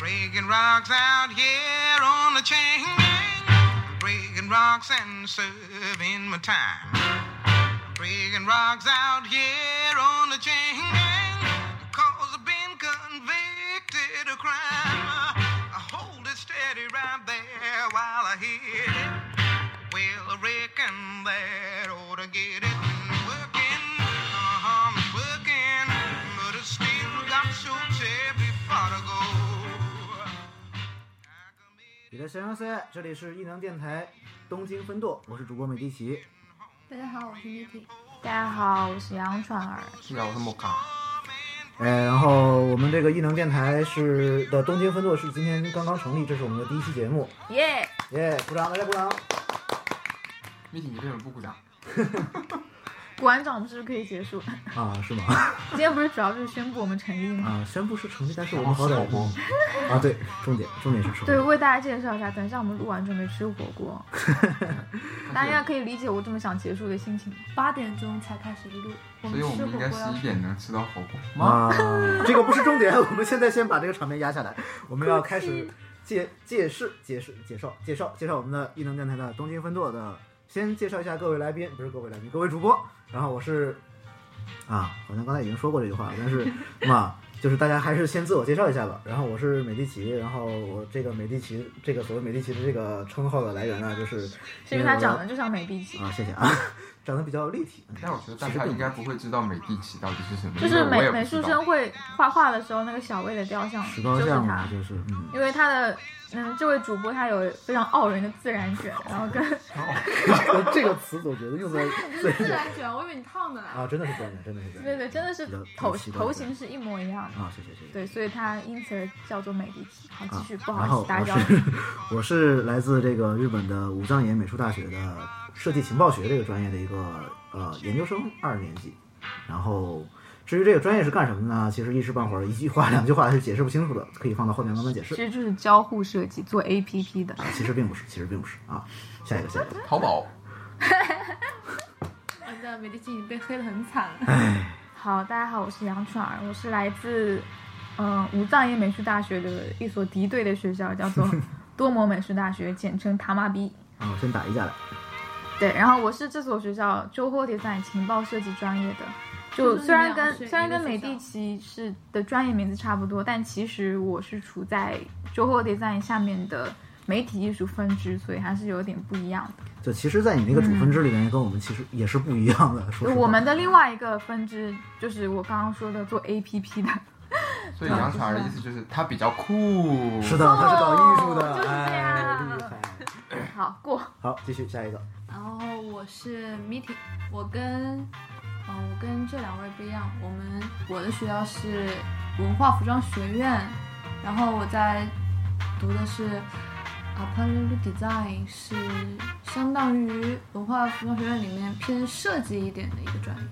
Breaking rocks out here on the chain gang. Breaking rocks and serving my time. Breaking rocks out here on the chain gang. Cause I've been convicted of crime. I hold it steady right there while I hit it. Well, I reckon that ought to get it. Working, uh-huh, I'm working, but I still got so terribly far to go. I commit 彼得神游 C，这里是异能电台东京分舵，我是主播美第奇。大家好，我是 Yuki。大家好，我是杨传儿。让我是莫卡，哎，然后我们这个异能电台是的东京分舵是今天刚刚成立，这是我们的第一期节目，耶、耶、鼓掌，大家鼓掌。米体你为什么不鼓掌？馆长，我们是不是可以结束？ 啊，是吗？今天不是主要就是宣布我们成立啊，吗？宣布是成立，但是我们好歹啊，对，重点重点是成立。对，为大家介绍一下，等一下我们录完准备吃火锅，大家应该可以理解我这么想结束的心情。八点钟才开始录，我所们以我吃们火应锅该十要一点能吃到火锅吗？啊，这个不是重点，我们现在先把这个场面压下来，我们要开始介介释、解释、介绍、介绍、介绍我们的异能电台的东京分舵的。先介绍一下各位来宾，不是各位来宾，各位主播。然后我是啊，好像刚才已经说过这句话了，但是嘛，就是大家还是先自我介绍一下吧。然后我是美第奇，然后我这个美第奇这个所谓美第奇的这个称号的来源啊，就是是因为他长得就像美第奇，啊，谢谢啊，长得比较立体。嗯但我觉得大家应该不会知道美第奇到底是什么，就嗯因为是我美也不美知术道生会画画的时候那个小魏的雕像，石就膏是像他嘛，。就是嗯，因为他的嗯，这位主播他有非常傲人的自然卷，然后跟 这个词总觉得用在最自然卷，我以为你烫的来。啊，真的是这样的，真的是这样的。对对，真的是比较头奇怪头型是一模一样的。啊，谢谢谢谢。对，所以他因此而叫做美第奇。好，继啊续，，不然好后意思打我扰。是我是来自这个日本的武藏野美术大学的设计情报学这个专业的一个呃研究生二年级，然后。至于这个专业是干什么呢？其实一时半会儿一句话 两句话是解释不清楚的，可以放到后面慢慢解释其。实就是交互设计，做 APP 的。啊，其实并不是，其实并不是啊。下一个，下一个。淘宝完蛋，美第奇，你被黑的很惨了。哎好，大家好，我是杨爽儿，我是来自嗯武藏野美术大学的一所敌对的学校，叫 做多摩美术大学，简称塔玛比。啊，我先打一架来。对，然后我是这所学校周后 design 情报设计专业的。就就是虽然两个跟学虽然一个跟美学校第奇是的专业名字差不多，但其实我是处在周后 design 下面的媒体艺术分支，所以还是有点不一样的。就其实，在你那个主分支里面，跟我们其实也是不一样的。说实话，嗯我们的另外一个分支就是我刚刚说的做 APP 的，所以杨传儿的意思就是他比较酷，是的，他是搞艺术的，哦就是这样哎，厉害。好过。好，继续下一个。然后我是 meeting，我跟，嗯、我跟这两位不一样，我们我的学校是文化服装学院，然后我在读的是 apparel design，是相当于文化服装学院里面偏设计一点的一个专业。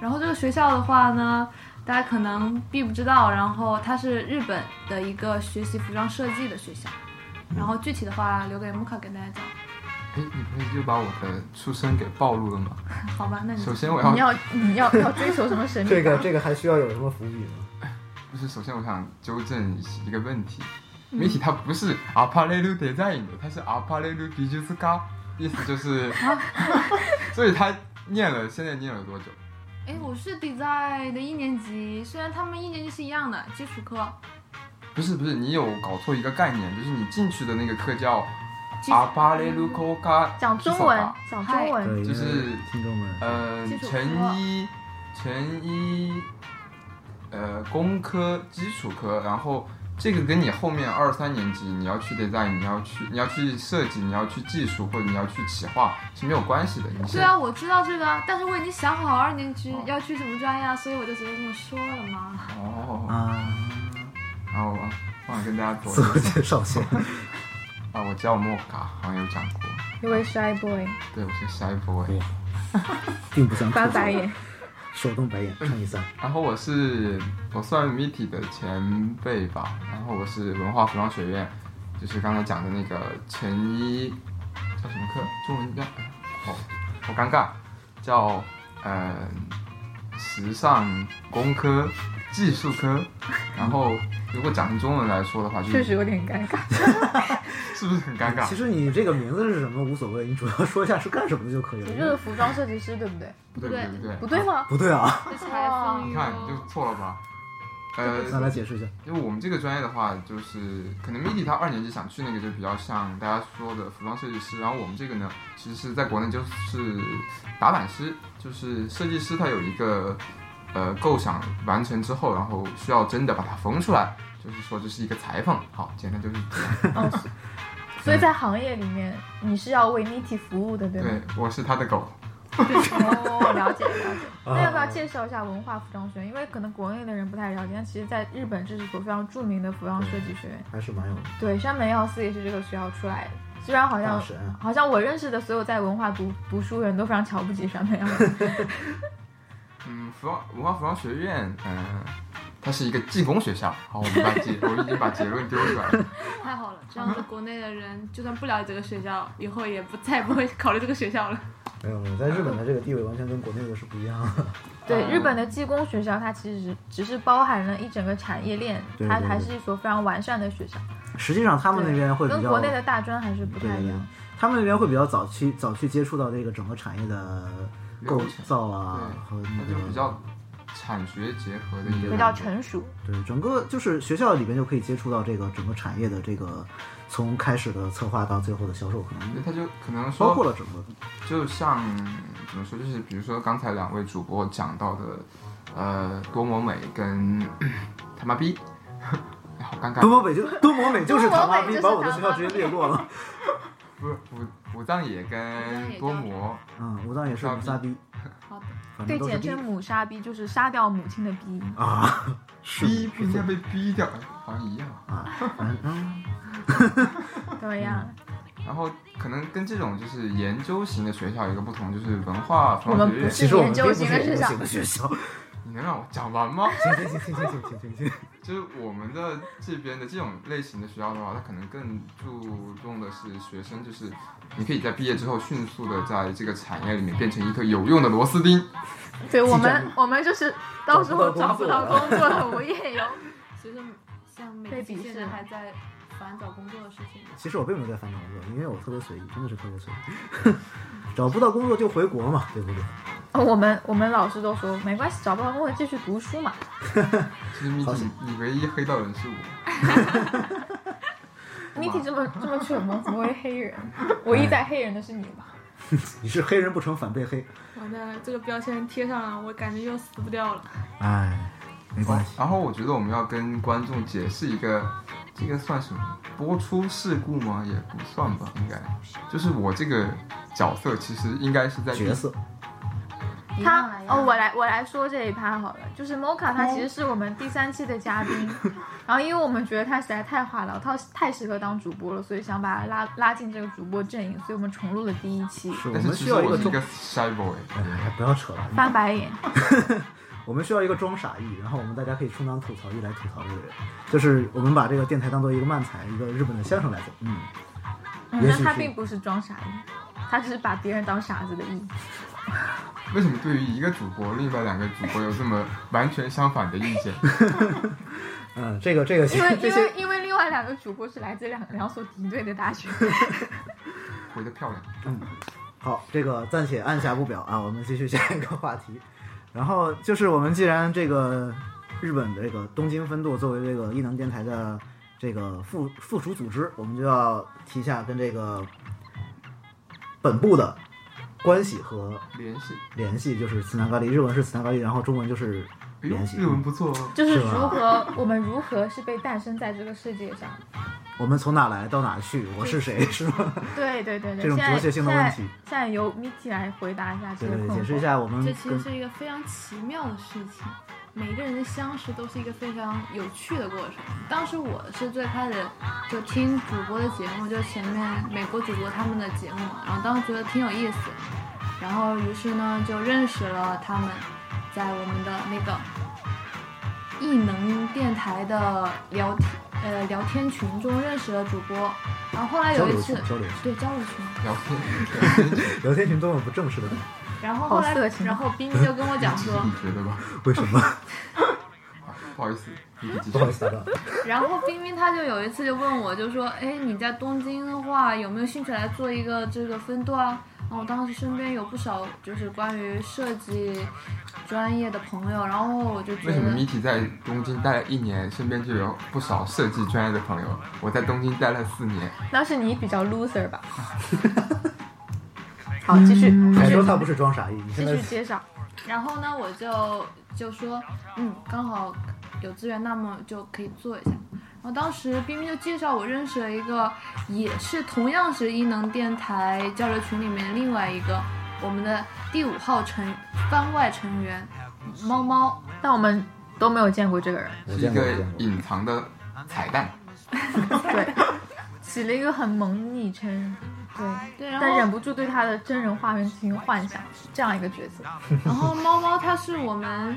然后这个学校的话呢，大家可能并不知道，然后它是日本的一个学习服装设计的学校，然后具体的话留给木卡跟大家讲。哎，你不是就把我的出身给暴露了吗？好吧，那你首先我嗯你要要你要要追求什么神秘？这 个这个还需要有什么伏笔吗？不是，首先我想纠正一个问题，嗯媒体它不是 apparel design 的，它是 apparel d i g i t a 意思就是，啊 所以他念了，现在念了多久？哎，我是 design 的一年级，虽然他们一年级是一样的基础课，不是不是，你有搞错一个概念，就是你进去的那个课叫基 a p a r e l o k a 讲中文，讲中文，对，就是因为听众们，呃基，础成科一成一呃工科基础科，然后这个跟你后面二三年级你要去 design，你要去你要去设计，你要去技术或者你要去企划是没有关系的。你是虽然我知道这个啊，但是我已经想好二年级要去什么专业啊，所以我就直接这么说了 嘛。哦，啊，然后我忘了跟大家说自我介绍先。 啊，我叫莫卡，好像有讲过，一位 shy boy，对我是 shy boy。并不像翻白眼，手动白眼，乘以三。然后我是我算 MIT 的前辈吧，然后我是文化服装学院，就是刚才讲的那个成一叫什么课？中文叫哦，好尴尬，叫呃 时尚工科技术科，然后如果讲成中文来说的话，就确是实有点尴尬。是不是很尴尬其？实你这个名字是什么无所谓，你主要说一下是干什么的就可以你就是了。服装设计师，对不对？不对不对不对，不对吗？不对啊，这才风你雨看你就哦。错了吧？呃，那来解释一下。因为我们这个专业的话，就是可能 MIDI 他二年级想去那个就比较像大家说的服装设计师，然后我们这个呢，其实是在国内就是打版师，就是设计师他有一个呃构想完成之后，然后需要真的把它缝出来，就是说这是一个裁缝，好，简单就是这样。哦，是所以在行业里面，你是要为 Niti 服务的，对吗对？，我是他的狗。哦，了解了 解。啊那要不要介绍一下文化服装学院？因为可能国内的人不太了解，但其实在日本这是一所非常著名的服装设计学院。还是蛮有对，山本耀司也是这个学校出来的。虽然好大像神啊。好像我认识的所有在文化读读书的人都非常瞧不起山本耀司。嗯，服装文化服装学院，嗯、它是一个技工学校。好，我们把结，我已经把结论丢出来了。太好了，这样子国内的人 就算不了解这个学校，以后也不再也不会考虑这个学校了。没有没有，在日本的这个地位完全跟国内的是不一样的。对，嗯日本的技工学校它其实只只是包含了一整个产业链，对它对还对是一所非常完善的学校。实际上他们那边会比跟较国内的大专还是不对太对一对样。，他们那边会比较早期早去接触到这个整个产业的构造啊对和它那就个比较产学结合的一个比较成熟，对整个就是学校里边就可以接触到这个整个产业的这个从开始的策划到最后的销售，可能对，他就可能包括说，了整个就像怎么说，就是比如说刚才两位主播讲到的，呃，多么美跟 他妈逼，哎好尴多尬。摩美就多摩美就是他妈逼，多摩美就把我的是他学妈校直接逼略过了。不是武武藏野跟多摩，嗯，武藏也是傻五逼萨逼，好的，反正对，都是简逼称母杀逼，就是杀掉母亲的逼音。啊， 是逼不应该被逼掉，哎好像一样。啊，反正嗯怎么 样？然后可能跟这种就是研究型的学校有一个不同，就是文化服我们装不学院，其实我们并研究不型是的研学究校型的学校。你能让我讲完吗？行行行 行行行行行，就是我们的这边的这种类型的学校的话，它可能更注重的是学生，就是你可以在毕业之后迅速的在这个产业里面变成一个有用的螺丝钉。对我记们， 我们就是到时候找找不不到到工工作的无 业游。其实像美被琪鄙现视在了还在烦找工作的事情。其实我并没有在翻找工作，因为我特别随意，真的是特别随意。 找不到工作就回国嘛，对不对？我们我们老师都说没关系，找不到工作继续读书嘛。就是你好险你你唯一黑到人是我，你体这么这么蠢吗？怎么会 黑人？唯一在黑人的是你吧？你是黑人不成反被黑，完蛋了，这个标签贴上了，我感觉又死不掉了。哎，没关系。然后我觉得我们要跟观众解释一个，这个算什么播出事故吗？也不算吧，应该就是我这个角色其实应该是在角色，他啊哦，我来我来说这一趴好了，就是 Mocha 他其实是我们第三期的嘉宾， 然后因为我们觉得他实在太话痨，他太适合当主播了，所以想把他拉拉进这个主播阵营，所以我们重录了第一期，是我但是们其需实要一我个是一装个，shy boy，哎，不要扯了。翻白眼。我们需要一个装傻艺，然后我们大家可以充当吐槽艺来吐槽这个人，就是我们把这个电台当做一个漫才，一个日本的相声来做。嗯，嗯也那许他是并不是装傻逼，他只是把别人当傻子的意。 为什么对于一个主播，另外两个主播有这么完全相反的意见？嗯，这个这个因为这因为些因为另外两个主播是来自两两所敌对的大学，回的漂亮。好，这个暂且按下不表啊，我们继续下一个话题。然后就是我们既然这个日本的这个东京分舵作为这个异能电台的这个附附属组织，我们就要提一下跟这个本部的关系和联系，联系，就是斯南咖喱，日文是斯南咖喱，然后中文就是哎呦联，系日嗯文不错哦。就是是吧如何我们如何是被诞生在这个世界上。我们从哪来到哪去，我是谁，是吗？对对对对，这种现在哲学性的问题现在现在由 Miki 来回答一下这对个嗯对，困惑。解释一下我们这其跟实是一个非常奇妙的事情。每个人的相识都是一个非常有趣的过程。当时我是最开始就听主播的节目，就前面美国主播他们的节目嘛，然后当时觉得挺有意思，然后于是呢就认识了他们，在我们的那个异能电台的聊天呃聊天群中认识了主播，然后后来交有流一群次，交流群。对交流群，聊天，聊天群聊天群多么不正式的感觉，然后后来好色情啊然后冰冰就跟我讲这是说。你觉得吧？为什么？ 不好意思，你可以继不续好意。思， 大哥。然后冰冰她就有一次就问我，就说：“哎，你在东京的话，有没有兴趣来做一个这个分舵啊？”然后我当时身边有不少就是关于设计专业的朋友，然后我就觉为什么得 Miki 在东京待了一年，身边就有不少设计专业的朋友？我在东京待了四年，那是你比较 loser 吧。好，继续，嗯还继说续，他不是装傻逼，你现继在续介绍。然后呢，我就就说，嗯，刚好有资源，那么就可以做一下。然后当时冰冰就介绍我认识了一个，也是同样是伊能电台交流群里面另外一个我们的第五号成番外成员猫猫，但我们都没有见过这个人，我是见一过，个我见过。隐藏的彩蛋。对，起了一个很萌昵称，对，对，然后但忍不住对他的真人画面进行幻想，这样一个角色。然后猫猫它是我们，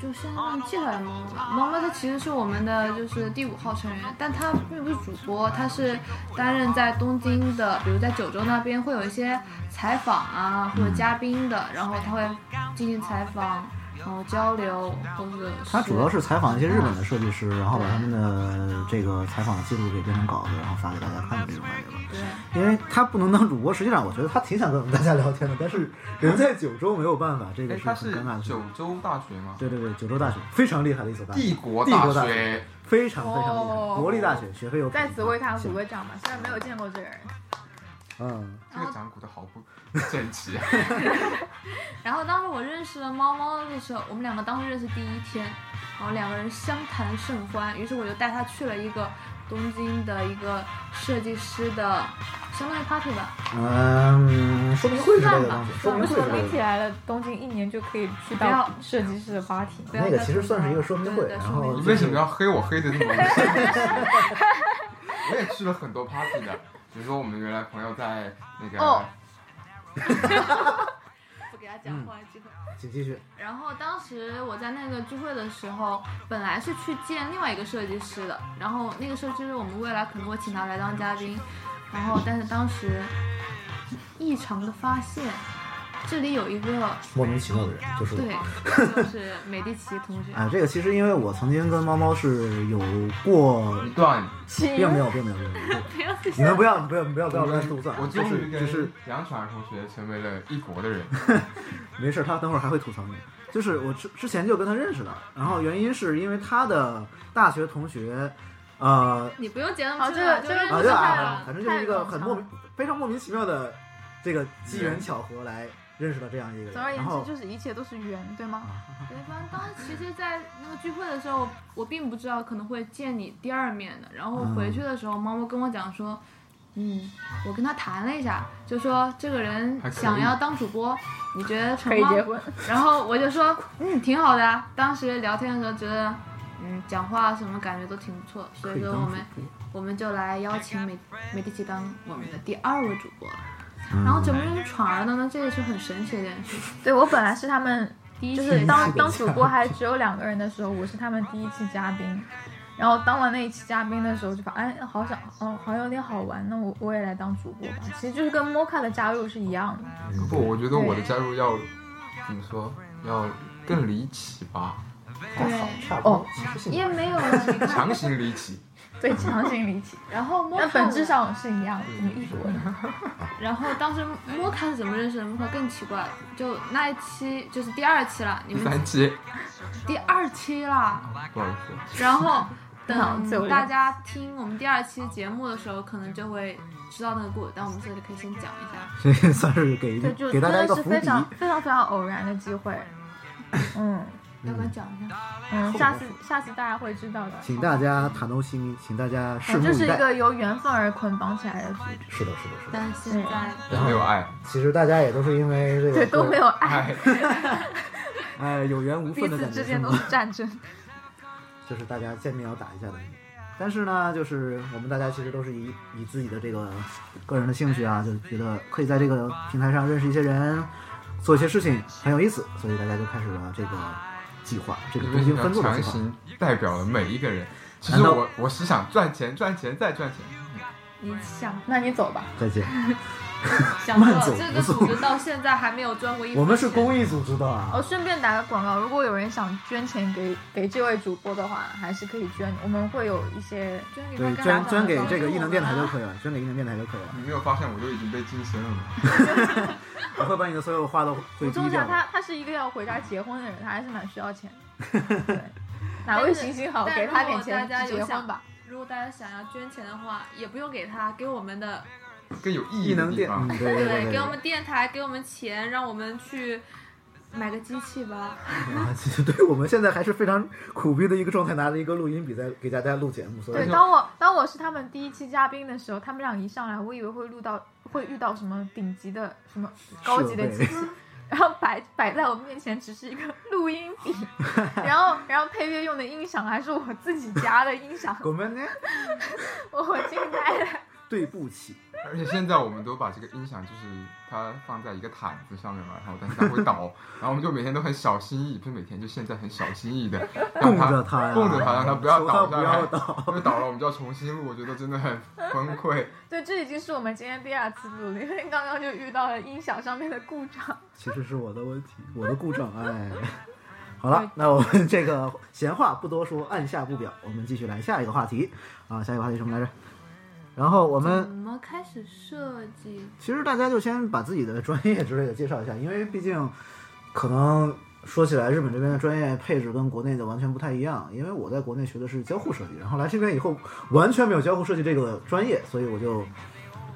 就先让记下来猫猫。猫猫它其实是我们的就是第五号成员，但它并不是主播，它是担任在东京的，比如在九州那边会有一些采访啊或者嘉宾的，然后它会进行采访，然后交流或者是他主要是采访一些日本的设计师，然后把他们的这个采访记录给变成稿子，然后发给大家看的这种感觉吧。对因为他不能当主播，实际上我觉得他挺想跟我们大家聊天的，但是人在九州没有办法，这个哎，是他很是尴尬的事九情。州大学吗？对对对，九州大学非常厉害的一所大学，帝国帝大国大学。非常非常厉害，哦国立大学学费又便宜啊在此为他鼓个掌吧，虽然没有见过这个人。嗯，这个掌鼓的好不整 齐啊！然后当时我认识了猫猫的时候，我们两个当时认识第一天，然后两个人相谈甚欢，于是我就带他去了一个东京的一个设计师的相当于 party 吧，嗯，说明会是这个东西，说明为会什是么这个一东起西。来了东京一年就可以去不到要设计师的 party？不要那个其实算是一个说明会，对对然后说你明为什么要黑我黑的那 么无声？我也去了很多 party 的，比如说我们原来朋友在那个，哦不给他讲话机会。请继续。然后当时我在那个聚会的时候，本来是去见另外一个设计师的，然后那个设计师我们未来可能会请他来当嘉宾，然后但是当时异常的发现，这里有一个莫名其妙的人就是我。对， 就是美第奇同学，啊，这个其实因为我曾经跟猫猫是有过，一段，请并没有，并没有，并没有。不要自你们不要，不要，不要，不要乱吐槽。我就终是于就跟是杨传同学成为了一国 的人。没事，他等会儿还会吐槽你。就是我之之前就跟他认识的，然后原因是因为他的大学同学，呃，你不用剪那好么这个这就个啊认不识对是他太啊了，反正就是一个很莫名太非常莫名其妙的这个机缘巧合来认识的这样一个人。总而言然后之，就是一切都是缘，对吗？对，反正当时其实，在那个聚会的时候，我并不知道可能会见你第二面的。然后我回去嗯的时候，猫猫跟我讲说，嗯，我跟他谈了一下，就说这个人还可以想要当主播，你觉得成可以吗？结婚，然后我就说，嗯，挺好的啊。当时聊天的时候觉得，嗯，讲话什么感觉都挺不错，所可以以说当我主们播。我们就来邀请美美第奇当我们的第二位主播了。嗯然后怎么认识闯儿的呢？这也是很神奇的一件事。情。对我本来是他们第一就期是的当嘉宾当主播还只有两个人的时候，我是他们第一期嘉宾。然后当完那一期嘉宾的时候，就发哎，好想，哦，好像有点好玩，那我我也来当主播吧。其实就是跟 Mocha 的加入是一样的。不，我觉得我的加入要怎么说，要更离奇吧，对，差不多哦，其实性也没 有了。你看强行离奇。对，强行离 奇，然后摸但卡本质，上是一样的，你一说的。然后当时摸卡是怎么认识的？摸卡更奇怪了，就那一期就是第二期了，你第们三期，第二期了，不好意思，然后 好自我等认大家听我们第二期节目的时候，可能就会知道那个故事，但我们这里可以先讲一下。这也 算是给对，就给真大家的一个是伏非笔。常非常非常偶然的 机会。嗯要不要讲一下？嗯，下次下次大家会知道的。请大家坦露心迷，请大家拭反目正哦就以是一待。个由缘分而捆绑起来的组织，是的，是的，是的。但是现在没有爱，其实大家也都是因为这个对，都没有爱， 爱哎有缘无彼分的此感觉之间是都吗是战争。就是大家见面要打一下的。但是呢，就是我们大家其实都是以以自己的这个个人的兴趣啊，就是觉得可以在这个平台上认识一些人，做一些事情很有意思，所以大家就开始了这个计划，这个因为东你京要分座的强计划。行代表了每一个人。其难实道我我是想赚钱，赚钱再赚钱。你想 那你走吧，再见。想不慢到走这不个送组织到现在还没有赚过一分钱。我们是公益组织的啊，哦，顺便打个广告，如果有人想捐钱给给这位主播的话，还是可以捐，我们会有一些捐给对，捐他干捐给啥这个异能电台就以。可以了，捐给异能电台就可以了。你没有发现我就已经被晋升了吗？我会把你的所有话都补会充低一掉下，的。他他是一个要回家结婚的人，他还是蛮需要钱 的。对，哪位行行好，但给如他点果大钱家有结想婚吧。如果大家想要捐钱的话，也不用给他，给我们的，更有意异义的能地电，方嗯，。对对对给我对们电台，给我们钱，让我们去买个机器吧。对，啊，其实对我们现在还是非常苦逼的一个状态，拿着一个录音笔在给大家录节目，所以对，就当我当我是他们第一期嘉宾的时候，他们俩一上来，我以为会录到会遇到什么顶级的什么高级的设机备器，然后摆摆在我面前只是一个录音 笔，然后然后配乐用的音响还是我自己家的音响， 我们呢，我惊呆了。对不起，而且现在我们都把这个音响，就是它放在一个毯子上面嘛，然后但是它会倒，然后我们就每天都很小心翼翼，不是每天，就现在很小心翼翼的让供它着它呀，供着它，让它不要求倒它下不来，要因为倒。倒了我们就要重新录，我觉得真的很崩溃。对，这已经是我们今天第二次录了，因为刚刚就遇到了音响上面的故障。其实是我的问题，我的故障，哎。好了，那我们这个闲话不多说，按下不表，我们继续来下一个话题啊，下一个话题什么来着？然后我们嗯怎么开始设计？其实大家就先把自己的专业之类的介绍一下，因为毕竟可能说起来，日本这边的专业配置跟国内的完全不太一样。因为我在国内学的是交互设计，然后来这边以后完全没有交互设计这个专业，所以我就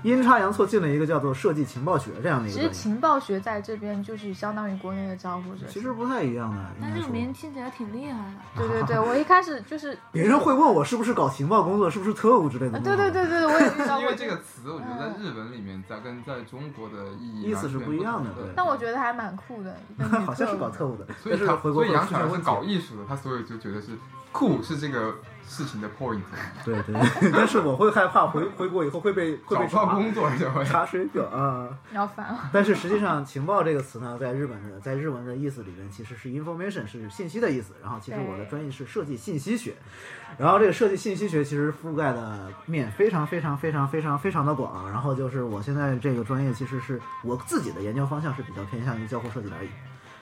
阴差阳错进了一个叫做设计情报学这样的一其个专实业。情报学在这边就是相当于国内的招呼者。其实不太一样的，应但该这个说名听起来挺厉害的。对对对，我一开始 就是，别人会问我是不是搞情报工作，是不是特务之类的啊工作。对对对对，我也遇到因过为这个。词，我觉得在日本里面，在跟在中国的意义意思是完全不一样的对对。但我觉得还蛮酷的，一个 好像是搞特务的，所以但是他回所国以后杨出现爽是问题搞艺术的，他所以就觉得是酷是这个事情的 point，对对，对 但是我会害怕回回国以后会被 会找被不到查工作 就会。查水表啊。你要烦啊。但是实际上，情报这个词呢，在日本的在日文的意思里面，其实是 information 是信息的意思。然后，其实我的对专业是设计信息学，然后这个设计信息学其实覆盖的面非常非常非常非常非常的广。然后就是我现在这个专业，其实是我自己的研究方向是比较偏向于交互设计的而已。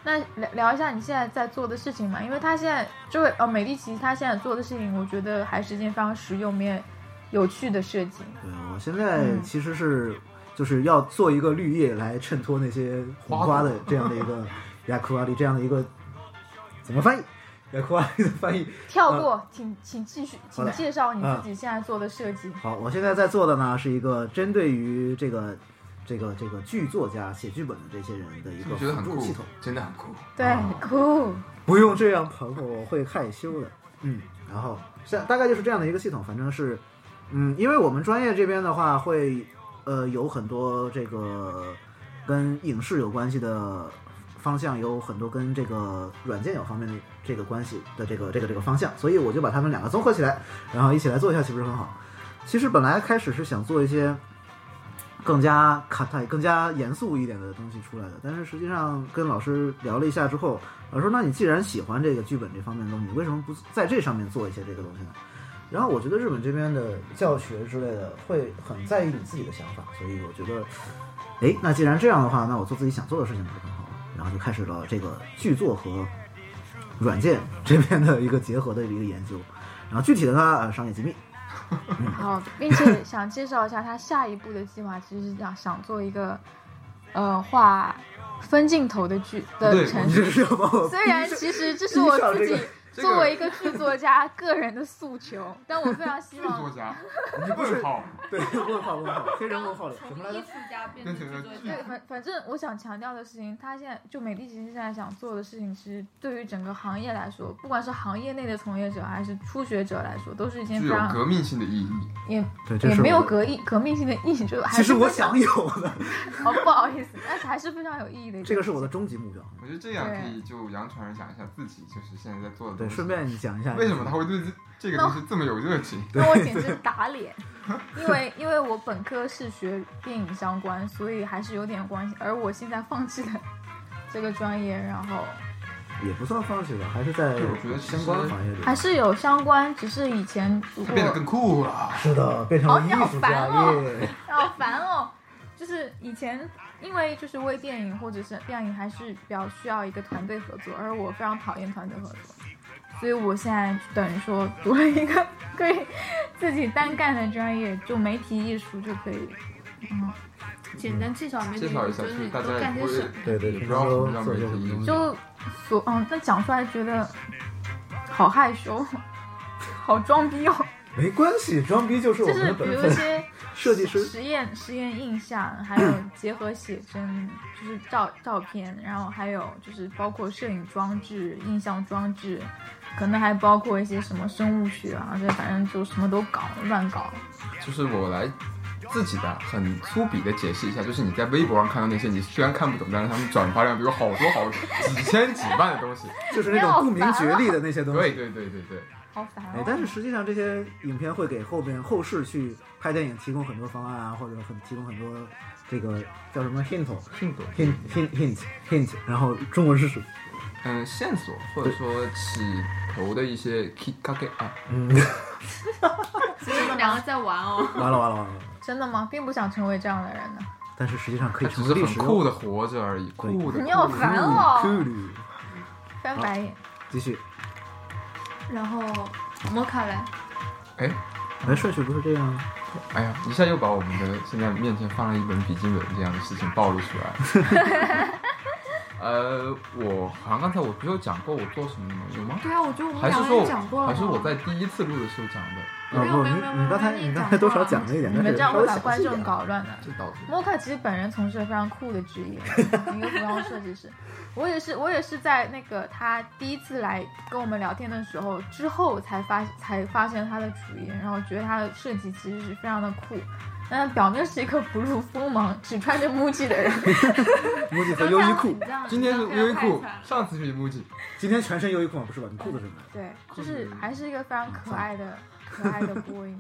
那聊聊一下你现在在做的事情嘛，因为他现在这位呃美丽奇他现在做的事情，我觉得还是一件非常实用也有趣的设计。对，我现在嗯其实是就是要做一个绿叶来衬托那些红花的这样的一个 亚库阿里这样的一个怎么翻译？亚库阿里的翻译跳过，请请继续，呃好请的介绍你嗯自己现在做的设计。好，我现在在做的呢是一个针对于这个这个这个剧作家写剧本的这些人的一是个不是觉得辅很助系酷统。，真的很酷。对，酷。 不用这样捧我，我会害羞的。嗯，然后像大概就是这样的一个系统，反正是，嗯，因为我们专业这边的话会，呃，有很多这个跟影视有关系的方向，有很多跟这个软件有方面的这个关系的这个这个这个方向，所以我就把它们两个综合起来，然后一起来做一下，岂不是很好？其实本来开始是想做一些更加卡泰、更加严肃一点的东西出来的，但是实际上跟老师聊了一下之后，我说：“那你既然喜欢这个剧本这方面的东西，你为什么不在这上面做一些这个东西呢？”然后我觉得日本这边的教学之类的会很在意你自己的想法，所以我觉得，哎，那既然这样的话，那我做自己想做的事情不是更好吗？然后就开始了这个剧作和软件这边的一个结合的一个研究。然后具体的呢，呃商业机密。 好，并且想介绍一下他下一步的计划，其实是想想做一个，呃，画分镜头的剧的对城你市。这是要把 我虽然其实这是我 自己这个作为一个剧作家个人的诉求，但我非常希剧望 作家，你不是问号，对问号问号黑人问 号脸什么来从艺着？术家变成制作对，家，反反正我想强调的事情，他现在就美丽其实现在想做的事情，其实对于整个行业来说，不管是行业内的从业者还是初学者来说，都是一件具非有常革命性的意义。也对，这也是没有我的。革意革命性的意义，就还其是实我非常想有的， 哦，不好意思，但是还是非常有意义的一件事情。这个是我的终极目标。我觉得这样对可以就杨传人讲一下自己就是现在在做的东对，西。顺便你讲一下为什么他会对这这个东西这么有热情？那我简直打脸，因为因为我本科是学电影相关，所以还是有点关系。而我现在放弃了这个专业，然后也不算放弃吧，还是在对我觉得其实相关行业里。还是有相关，只是以前读他过变，得更酷了。是的，变成了艺术家好你好烦耶！好烦哦。就是以前因为就是微电影或者是电影还是比较需要一个团队合作，而我非常讨厌团队合作，所以我现在等于说读了一个 可以自己单干的专业，就媒体艺术就可以。嗯，简单介绍媒介体就绍一下，就是是你大多家也干不会些 什么。对对也不知道什么叫平常做媒这种体东艺西术。就所嗯，但讲出来觉得好害羞，好装逼哦。没关系，装逼就是我就们是的比本如一分。 些设计师实验实验印象，还有结合写真，就是照照片，然后还有就是包括摄影装置、印象装置，可能还包括一些什么生物学啊，这反正就什么都搞，乱搞。就是我来自己的很粗鄙的解释一下，就是你在微博上看到那些你虽然看不懂，但是他们转发量比如好多好多几千几万的 东西。就是那种不明哦觉厉的那些东对西。对对对对，好烦哎哦，！但是实际上这些影片会给后边后世去拍电影提供很多方案啊，或者很提供很多这个叫什么 hint hint hint hint hint，然后中文是什么？嗯，线索或者说起头的一些 key 啊，嗯，所以你们两个在玩 哦。完了完了完了。真的吗？并不想成为这样的人呢。但是实际上可它以哎只成是为历很史酷的活着而已，酷的。你好酷的烦哦酷旅啊翻白眼，继续，然后摩卡嘞，哎哎，顺序不是这样吗？哎呀，一下又把我们的现在面前放了一本笔记本这样的事情暴露出来。 呃，我好像刚才我不是有讲过我做什么的吗？有吗？对啊，我觉得我们还是两个说人讲过我了，还是我在第一次录的时候讲的，啊没有不，没你有没有你刚才没有你刚没才有多少讲了一点，你但们是这样稍会微把详观细一点啊众 搞乱的。这倒是。摩卡其实本人从事非常酷的职业，一个服装设计师。我也是，我也是在那个他第一次来跟我们聊天的时候之后才发才发现他的主业，然后觉得他的设计其实是非常的酷。但表面是一个不露锋芒、只穿着 MUJI 的人，估计和优衣库，今天是优衣库，然上次是木屐，今天全身优衣库吗不是吧？你裤子是哪？对，就是还是一个非常可爱的、可爱的 boy。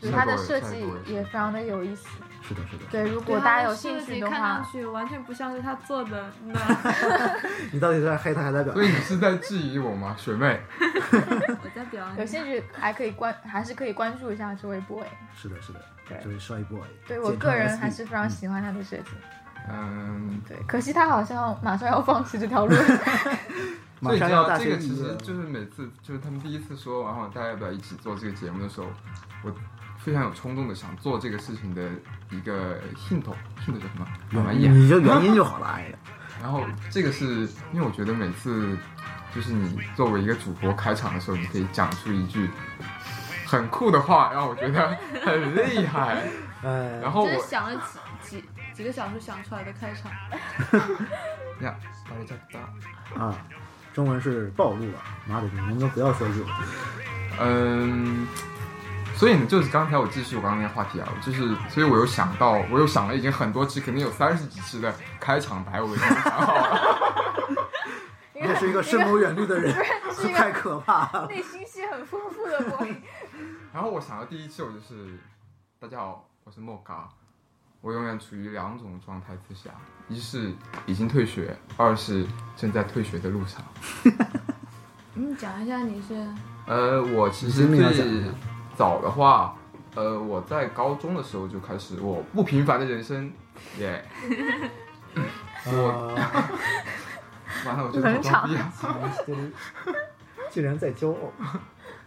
就是他的设计也非常的有意思。是的，是的。对，如后果大家有兴趣的啊看话上，去完全不像是他做的呢。 你到底是在黑他还在表所？以你是在质疑我吗，学妹？我在有表扬你。兴趣还可以关，还是可以关注一下这位 boy。是的，是的，对这位 shy boy。对我个人还是非常喜欢他的设计。嗯，对，可惜他好像马上要放弃这条路了。所马以你上知要道大这学个毕其业实了，就是每次就是他们第一次说，然后大家要不要一起做这个节目的时候，我非常有冲动的想做这个事情的一个 hint hint 叫什么？慢慢演。你 就原因就好了。哎呀，然后这个是因为我觉得每次就是你作为一个主播开场的时候，你可以讲出一句很酷的话，让我觉得很厉害。呃，然后这是哦我想了几几几个小时想出来的开场，呀，把我叫大。啊，中文是暴露了，妈的，你能不能不要说这个？嗯，所以呢，就是刚才我继续我刚刚那个话题啊，就是，所以我有想到，我有想了已经很多期，肯定有三十几期的开场白，我已经想好了。一也是一个深谋远虑的人， 是一太个可怕 了。 内心戏很丰富的 boy。然后我想到第一期，我就是，大家好，我是莫嘎，我永远处于两种状态之下，一是已经退学，二是正在退学的路上。你嗯讲一下你是呃，我其实你先最讲一下早的话，呃，我在高中的时候就开始我不平凡的人生，耶、我啊，完了，我觉得好装逼啊！呃 竟然在骄傲，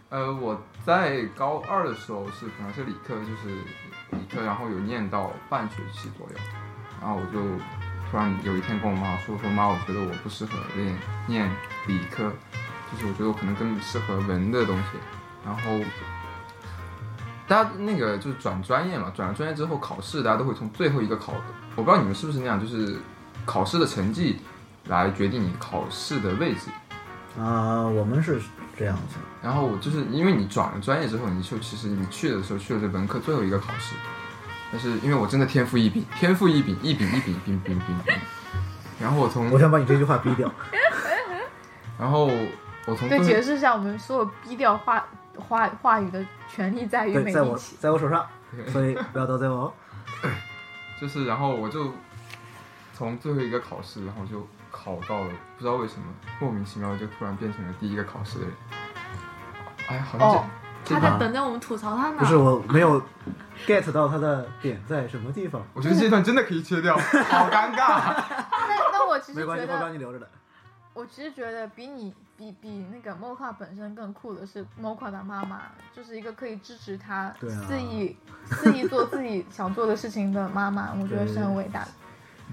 呃，我在高二的时候是可能是理科，就是理科，然后有念到半学期左右，然后我就突然有一天跟我妈说说妈，我觉得我不适合念念理科，就是我觉得我可能更适合文的东西，然后。大家那个就是转专业嘛，转了专业之后考试，大家都会从最后一个考，我不知道你们是不是那样，就是考试的成绩来决定你考试的位置。啊，我们是这样子，然后我就是因为你转了专业之后，你就其实你去的时候去了这文科最后一个考试，但是因为我真的天赋异禀，天赋异禀，异禀异禀，禀禀禀禀。然后我从我想把你这句话逼掉。然后我嗯从对，分解释一下，我们所有逼掉话话话语的权利在于对，每在我一期。在我手 上，所以不要得罪我 哦。就是然后我就从最后一个考试，然后就考到了，不知道为什么莫名其妙就突然变成了第一个考试的人。哎，好像这、哦这他在段等着我们吐槽他呢。不是我没有 get 到他的点在什么地方，我觉得这段真的可以切掉，好尴尬。那那我其实没关系，觉会帮得，你留着的。我其实觉得比你比比那个 Mocha 本身更酷的是 Mocha 的妈妈，就是一个可以支持他对啊肆意、肆意做自己想做的事情的妈妈，我觉得是很伟大的。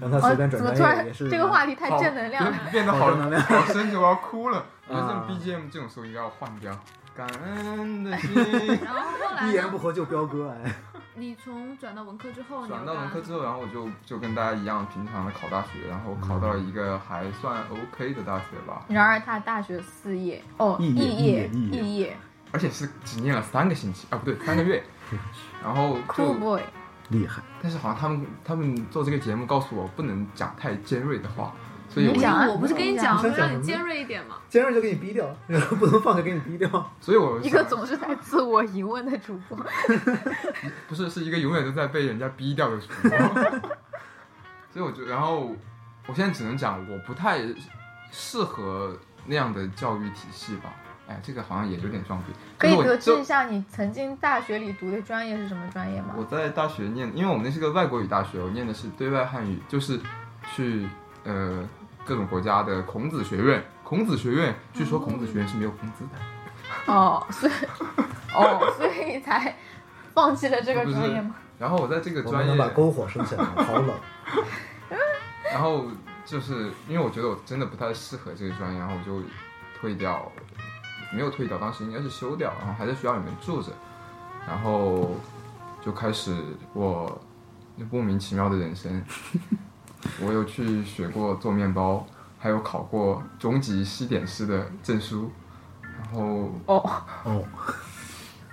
让他随哦，便怎么转突专业然也是这个话 题太好正能量了？变变得好好正能 量好深沉，我要哭了。我觉得啊这种 BGM 这种时候应该要换掉。感恩的心。然后 一后来言不呢？合就飙歌，哎，你从转到文科之后，你转有到文干科之后，然后我就就跟大家一样，平常的考大学，然后考到一个还算 OK 的大学吧，然而他大学四业哦，肄业业肄业肄业而且是只念了三个星期啊，不对，三个月。然后，Cool 就， Boy，厉害，但是好像他们他们做这个节目告诉我不能讲太尖锐的话，所以你我讲啊我不是跟你你讲，想我让什么你尖锐一点嘛。尖锐就给你逼掉，然 后不能放开给你逼掉，所以我一个想总是在自我疑问的主 播。不是，是一个永远都在被人家逼掉的主播。 所以我觉得，然后我现在只能讲，我不太适合那样的教育体系吧。哎，这个好像也有点装逼。可以就给是我我记就一下你曾经大学里读的专业是什么专业吗我？在大学念，因为我们那是个外国语大学，我念的是对外汉语，就是去呃各种国家的孔子学院。孔子学院，据说孔子学院是没有工资嗯的。哦，所以哦，所以才放弃了这个不是专业 吗？然后我在这个 我专们业，能把篝火升起来吗，好冷。然后就是因为我觉得我真的不太适合这个专业，然后我就退掉，没有退掉，当时应该是休掉，然后还在学校里面住着，然后就开始我那莫名其妙的人 生。我有去学过做面包，还有考过中级西点师的证书，然后哦， 哦，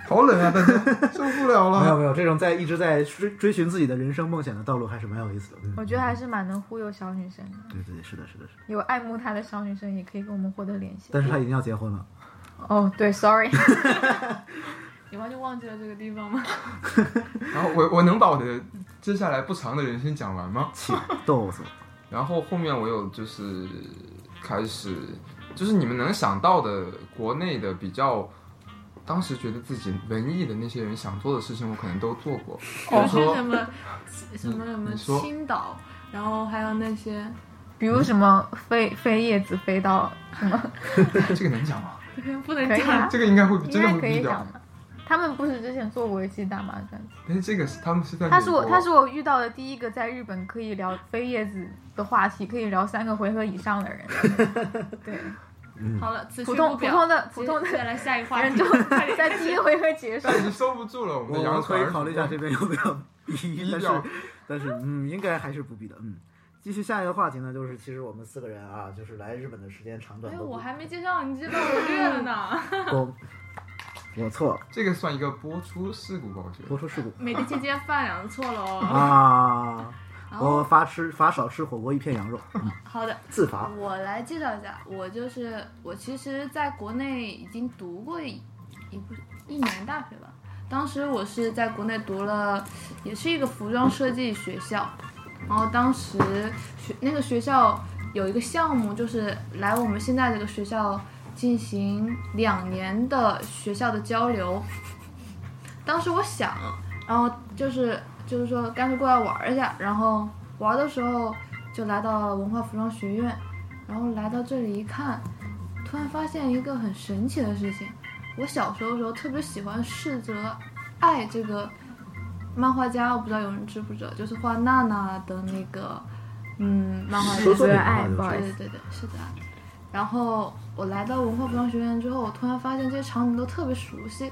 好冷啊，大家受不了没有了。没有，这种在一直在追追寻自己的人生梦想的道路还是蛮有意思的。嗯，我觉得还是蛮能忽悠小女生的。对对对，是的，是的，是的。有爱慕她的小女生也可以跟我们获得联系。但是他已经要结婚了， 哦，对，sorry， 你完全忘记了这个地方吗？然后我我能把我的接下来不长的人生讲完吗？气豆子，然后后面我有就是开始，就是你们能想到的国内的比较，当时觉得自己文艺的那些人想做的事情，我可能都做过，哦比 有如些哦说什么什么什么你说青岛，然后还有那些比如什么飞 飞叶子飞到什么， 这个能讲吗？不能可以啊讲。这个应该会应真的该会可毙以掉讲，吧？他们不是之前做过一期大麻专辑？但是这个是他们是在他美是我，国他是我遇到的第一个在日本可以聊飞叶子的话题，可以聊三个回合以上的人。对，好了，此普去通不普表通的接普通的再来下一话人 题，就快 点在第一回合结束。 但是收不住了，我我们的杨们可以传考虑一下这边要不要逼，低但是调，但是嗯，应该还是不必的，嗯。继续下一个话题呢，就是其实我们四个人啊，就是来日本的时间长短哎，都不我还没介绍，你直接把我略了呢， 我我错了，这个算一个播出事故吧，我觉得播。出事故美的姐姐犯两错了哦。啊！然我后罚吃罚少吃火锅一片羊肉，嗯好的，自罚。我来介绍一下，我就是我其实在国内已经读过一也不是一年大学吧，当时我是在国内读了，也是一个服装设计学校，然后当时学那个学校有一个项目，就是来我们现在这个学校进行两年的学校的交流。当时我想，然后就是就是说干脆过来玩一下，然后玩的时候就来到了文化服装学院，然后来到这里一看，突然发现一个很神奇的事情。我小时候的时候特别喜欢逝者爱这个漫画家，我不知道有人知不知道，就是画娜娜的那个嗯漫画家。说作品的话爱就哎不好是意对思对对对，是的。然后我来到文化服装学院之后，我突然发现这些场景都特别熟悉，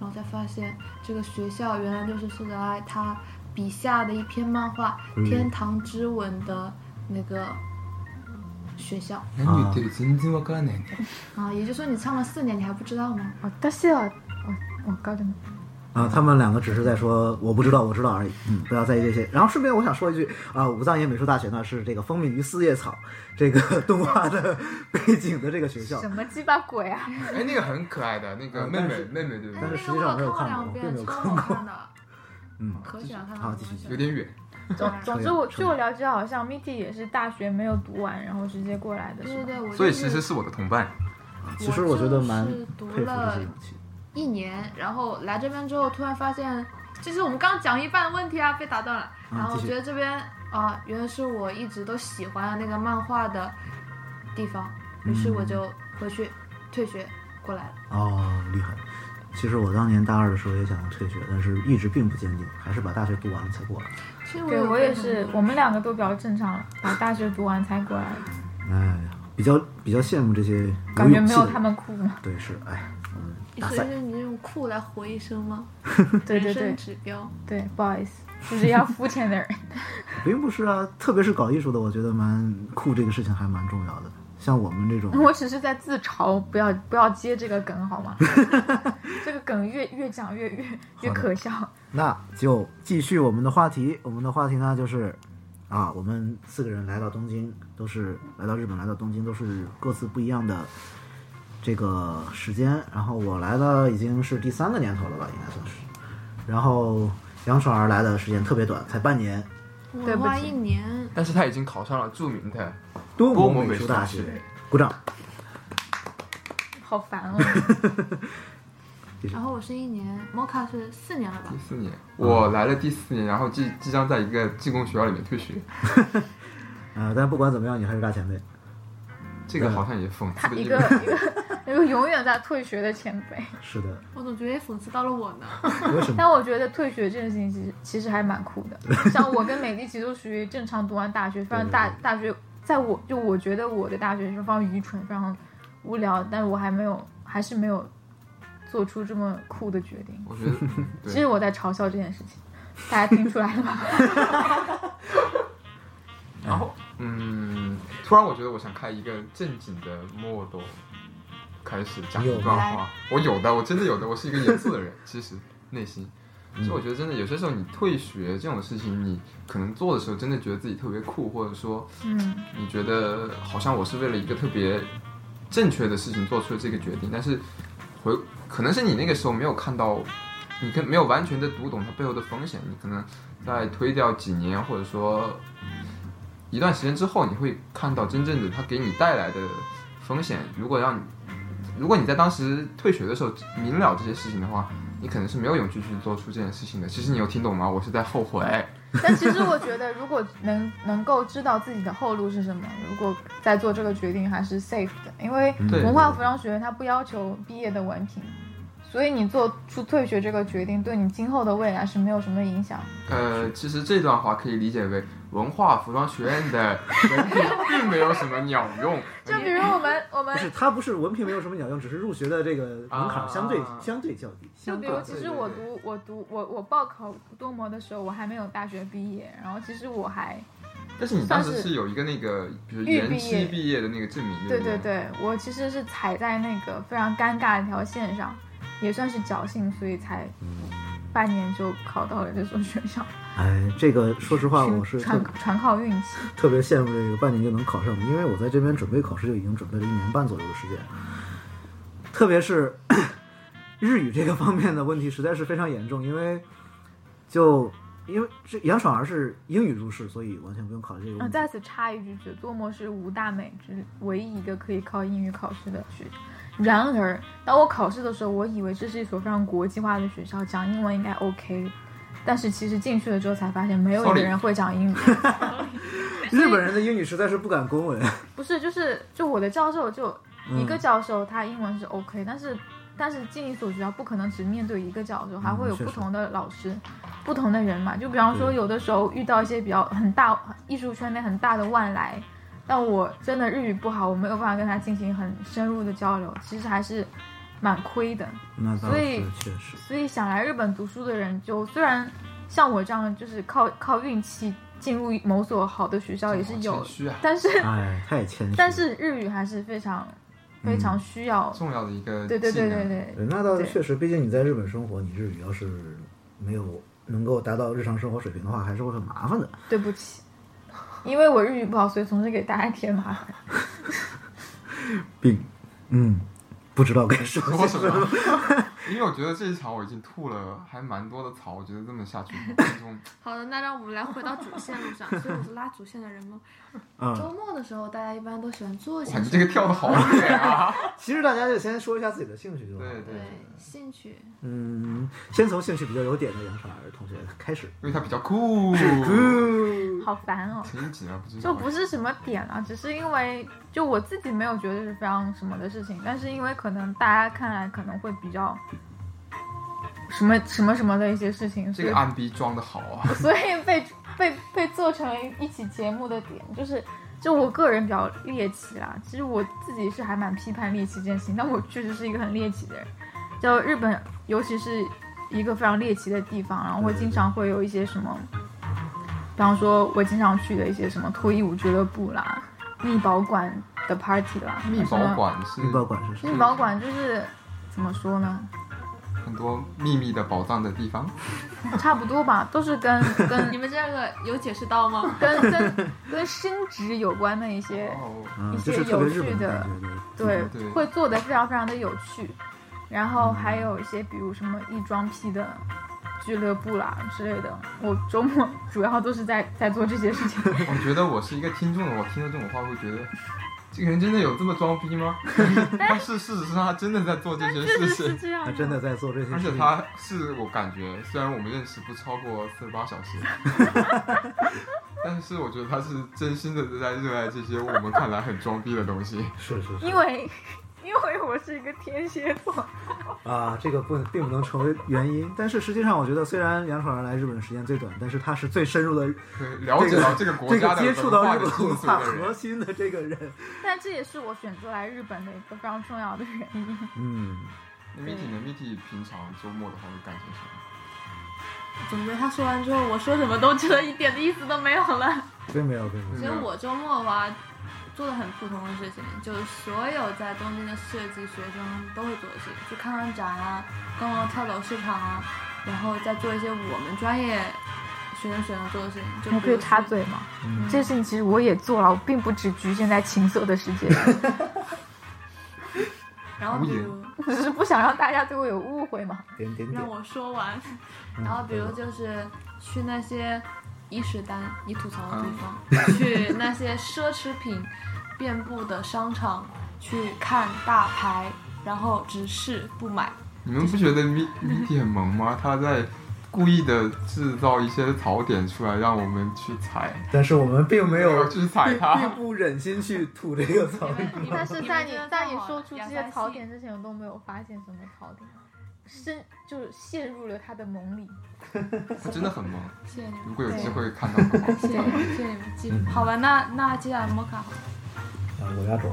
然后才发现这个学校原来就是施德爱他笔下的一篇漫画嗯《天堂之吻》的那个学校何言ってる全然わからないね啊，也就是说你上了四年，你还不知道吗？哦但是啊，我我搞点啊，他们两个只是在说我不知道，我知道而已，嗯，不要在意这些。然后顺便我想说一句啊，武藏野美术大学呢是这个风靡于四叶草这个 动画的背景的这个学校什，么鸡巴鬼啊！哎，那个很可爱的那个嗯妹但妹是妹妹对不对哎但？是那实个际我上有没有看过看过两并没遍，有超看好看的， 嗯，可喜欢看了。好继续继续有点远，总总之我，扯远据我了解，好像 Mitty 也是大学没有读完，然后直接过来的，对是对吧？对，我所以就其实是是我的同伴。啊其实我觉得蛮我就是读佩服这了些勇气。一年，然后来这边之后，突然发现，其实我们刚讲一半问题啊，被打断了。嗯然后我继续觉得这边啊、原来是我一直都喜欢的那个漫画的地方，于是嗯我就回去退学过来了。哦，厉害！其实我当年大二的时候也想要退学，但是意志并不坚定，还是把大学读完了才过来。其实我对有我也跟很是，多我们两个都比较正常了，把大学读完才过来，哎呀，比较比较羡慕这些感觉勇没气有的他人。们酷 嘛。对，是哎，我们你大随赛着你这种酷来活一生吗？对对人对生指标。对，不好意思，就是要肤浅的人。并不是啊，特别是搞艺术的，我觉得蛮酷这个事情还蛮重要的。像我们这种， 我只是在自嘲，不要不要接这个梗好 吗？这个梗越越讲越越越好的可笑。那就继续我们的话题。我们的话题呢，就是啊，我们四个人来到东京，都是来到日本，来到东京都是各自不一样的这个时间。然后我来的已经是第三个年头了吧，应该算是。然后杨爽儿来的时间特别短，才半年。对文不化起一年，但是他已经考上了著名的多多摩摩美美术术大大学学，鼓掌。好烦 哦！然后我是一年，Mocha 是四年了吧第？四年，我来了第四年，然后即即将在一个技工学校里面退学，呃，但不管怎么样，你还是大前辈。这个好像也讽刺他的一地个方一个一个永远在退学的前辈。是的，我总觉得也讽刺到了我呢。 为什么？但我觉得退学这件事情其实其实还蛮酷的。像我跟美丽其实都属于正常读完大学，非常大对对大学，在我就我觉得我的大学是非常愚蠢、非常无聊，但是我还没有，还是没有做出这么酷的决定。我觉得其对实我在嘲笑这件事情，大家听出来了吧？然后嗯，突然我觉得我想开一个正经的 model，开始讲一段话。我有的，我真的有的，我是一个严肃的人，其实内心。所以我觉得真的有些时候你退学这种事情，你可能做的时候真的觉得自己特别酷，或者说嗯，你觉得好像我是为了一个特别正确的事情做出了这个决定，但是回可能是你那个时候没有看到，你可没有完全的读懂它背后的风险，你可能在推掉几年或者说一段时间之后，你会看到真正的它给你带来的风险。如果让你如果你在当时退学的时候明了这些事情的话，你可能是没有勇气去做出这件事情的。其实你有听懂吗？我是在后 悔。但其实我觉得，如果能能够知道自己的后路是什么，如果再做这个决定还是 safe 的，因为嗯对文化服装学院它不要求毕业的文凭，所以你做出退学这个决定，对你今后的未来是没有什么影响。呃，其实这段话可以理解为文化服装学院的文凭并没有什么鸟用，就比如我们 我们不是，他不是文凭没有什么鸟用，只是入学的这个门槛相对、啊相对较低。就相比对如，较其低实我读我读我我报考多模的时候，我还没有大学毕业，然后其实我还但是你当时算是是有一个那个，比如预延毕期业毕业的那个证明，对不对嗯对，我其实是踩在那个非常尴尬的一条线上，也算是侥幸，所以才嗯半年就考到了这所学 校。哎，这个说实话，全我是特全全靠运气。特别羡慕这个半年就能考上的，因为我在这边准备考试就已经准备了一年半左右的时间，特别是 日语这个方面的问题实在是非常严重，因为就因为这杨爽儿是英语入试，所以完全不用考虑这个然问题后再。次啊插一句嘴，多摩是吴大美之唯一一个可以靠英语考试的学校。然而，当我考试的时候，我以为这是一所非常国际化的学校，讲英文应该 OK。但是其实进去了之后才发现，没有一个 Sorry 人会讲英语。 日本人的英语实在是不敢恭维，不是，就是就我的教授就一嗯个教授，他英文是 OK，、但是但是进一所学校不可能只面对一个教授，还会有嗯确不实同的老师、不同的人嘛。就比方说，对有的时候遇到一些比较很大艺术圈内很大的万来，但我真的日语不好，我没有办法跟他进行很深入的交流，其实还是蛮亏的。那倒所是以确实。所以想来日本读书的人就，虽然像我这样就是靠靠运气进入某所好的学校也是有谦，虚啊，但是。 哎，太谦虚了。但是日语还是非常嗯非常需要，重要的一个对对对技对能，对，对，那倒是对确实，毕竟你在日本生活，你日语要是没有能够达到日常生活水平的话，还是会很麻烦的。对不起，因为我日语不好，所以总是给大家添麻烦。并嗯，不知道该说说些什么么。 因为我觉得这一场我已经吐了还蛮多的槽，我觉得这么下去 观众好的，那让我们来回到主线路上。所以我是拉主线的人吗？周嗯，末的时候，大家一般都喜欢做些啊哇，什你么？这个跳的好远啊！其实大家就先说一下自己的兴趣就好。对对对，兴趣。嗯，先从兴趣比较有点的杨少儿同学开始。因为它比较酷，嗯好烦哦。情景啊，不是就不是什么点啊，只是因为就我自己没有觉得是非常什么的事情，但是因为可能大家看来可能会比较什么什么什么的一些事情，这所以个暗逼装的好啊， 所以被被被做成了一起节目的点，就是就我个人比较猎奇啦。其实我自己是还蛮批判猎奇这件事情，但我确实是一个很猎奇的人。就日本，尤其是一个非常猎奇的地方，然后会经常会有一些什么，比方说我经常去的一些什么脱衣舞俱乐部啦、密保馆的 party 啦，密什保么，馆是你不要管是谁。密保馆就是怎么说呢？ 很多秘密的宝藏的地方，差不多吧，都是跟 跟 你们这个有解释到吗？跟跟 跟生殖有关的一些，哦，嗯一，些就是特别日本有趣的感觉，嗯对，对会做的非常非常的有趣。然后还有一些比如什么异装癖的俱乐部啦之类的，我周末 主要都是在在做这些事情。我觉得我是一个听众，我听到这种话会觉得，这个人真的有这么装逼吗？ 但是事实上他真的在做这些是事 是情，这样他，真的在做这些而事且情。他是我感觉，虽然我们认识不超过四十八小时，但是我觉得他是真心的在热爱这些我们看来很装逼的东西。是是是因为因为我是一个天蝎座，啊，这个不并不能成为原因，但是实际上我觉得，虽然杨爽儿来日本的时间最短，但是他是最深入的对，了解到这个国这家个的接触到文化日的本文精髓化的核人。心的这个人，但这也是我选择来日本的一个非常重要的原因。嗯， Miki 呢？Miki 平常周末的话会干些什么？总觉得他说完之后，我说什么都觉得一点的意思都没有了。并没有，并没有，其实我周末吧，做的很普通的事情，就是所有在东京的设计学生都会做的事情，去看看展啊，逛逛跳蚤市场啊，然后再做一些我们专业学生学生做的事情。就我比可如以插说嘴吗？嗯这事情其实我也做了，我并不只局限在情色的世界里。然后比无如 只是不想让大家对我有误会嘛。点点嗯让点，我说完，然后比如就是去那些伊势丹你吐槽的地方， 去那些奢侈品遍布的商场去看大牌，然后只试不买。你们不觉得 Mi- Miki 很萌吗？他在故意的制造一些槽点出来，让我们去踩，但是我们并没有去踩并 并他。不忍心去吐这个槽。 但是在你们在你说出这些槽点之前，我都没有发现什么槽点，深就是陷入了他的蒙里。他真的很萌，谢谢你如们，果有机会看到的话，谢谢你们，谢谢你们记嗯住。好吧，那那接下来摩卡好了，啊，我压轴，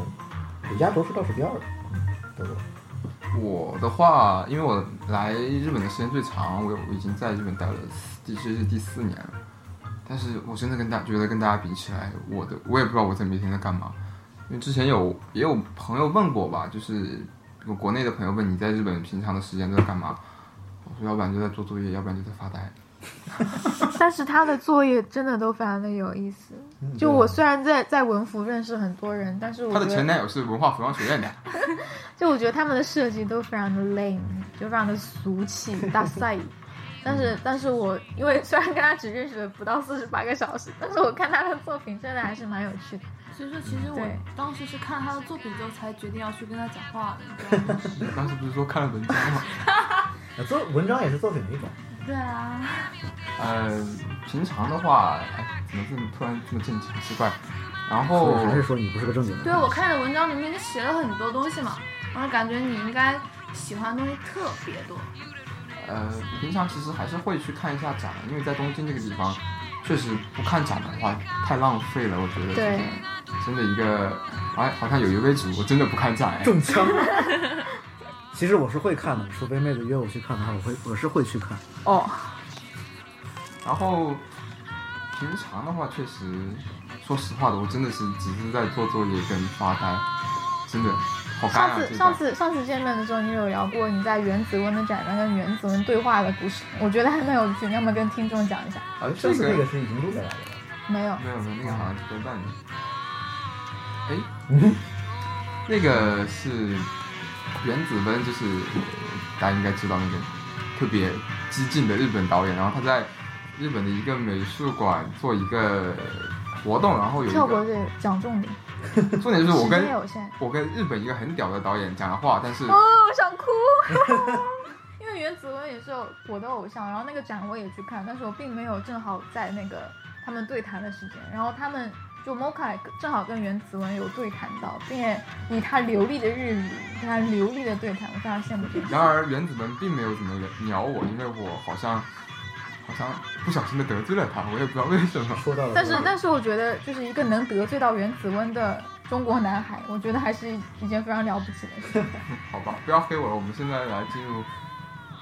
我压轴是倒数第二的，嗯，对我的话，因为我来日本的时间最长，我有我已经在日本待了四第这是第四年了。但是我真的跟大觉得跟大家比起来，我的我也不知道我在每天在干嘛。因为之前有也有朋友问过吧，就是我国内的朋友问你在日本平常的时间都在干嘛，我说要不然就在做作业，要不然就在发呆。 但是他的作业真的都非常的有意思。嗯就我虽然在在文服认识很多人，但是我她啊的觉前得男友是文化服装学院的，就我觉得他们的设计都非常的 lame，就非常的俗气大 赛。但是，但是我因为虽然跟他只认识了不到四十八个小时，但是我看他的作品真的还是蛮有趣的。所以说其实对我当时是看他的作品之后才决定要去跟他讲话的，你知道 吗？你当时不是说看了文章吗？啊作文章也是作品的一种，对啊，呃，平常的话，哎，怎么这么突然这么正经，奇怪。然后所以还是说你不是个正经对，啊人。我看的文章里面你写了很多东西嘛，然后感觉你应该喜欢的东西特别多。呃，平常其实还是会去看一下展的，因为在东京这个地方，确实不看展的话太浪费了，我觉得。对。真的一个，哎，好像有一位主播真的不看展哎。中 枪。其实我是会看的，除非妹子约我去看的话，我会我是会去看。哦，然后平常的话，确实，说实话的，我真的是只是在做作业跟发呆，真的好干上啊！次这上段次上次见面的时候，你有聊过你在原子温的展上跟原子温对话的故事，我觉得还蛮有趣，你要么跟听众讲一下？哎，上这次个那个是已经录下来了吧。没有，没有没有，那个好像是豆瓣的。哎，那个是原子温，就是大家应该知道那个特别激进的日本导演，然后他在日本的一个美术馆做一个活动，然后有一跳过个这个讲重点，重点是我时跟间有限。我跟日本一个很屌的导演讲了话，但是哦，我想哭，因为原子温也是我的偶像，然后那个展我也去看，但是我并没有正好在那个他们对谈的时间，然后他们就 Moka 正好跟原子温有对谈到，并且以他流利的日语跟他流利的对谈，我非常羡慕这然个。而原子们并没有怎么鸟我，因为我好像好像不小心的得罪了他，我也不知道为什么。说到了，但是但是我觉得就是一个能得罪到原子温的中国男孩，我觉得还是一件非常了不起的 事。好吧，不要黑我了，我们现在来进入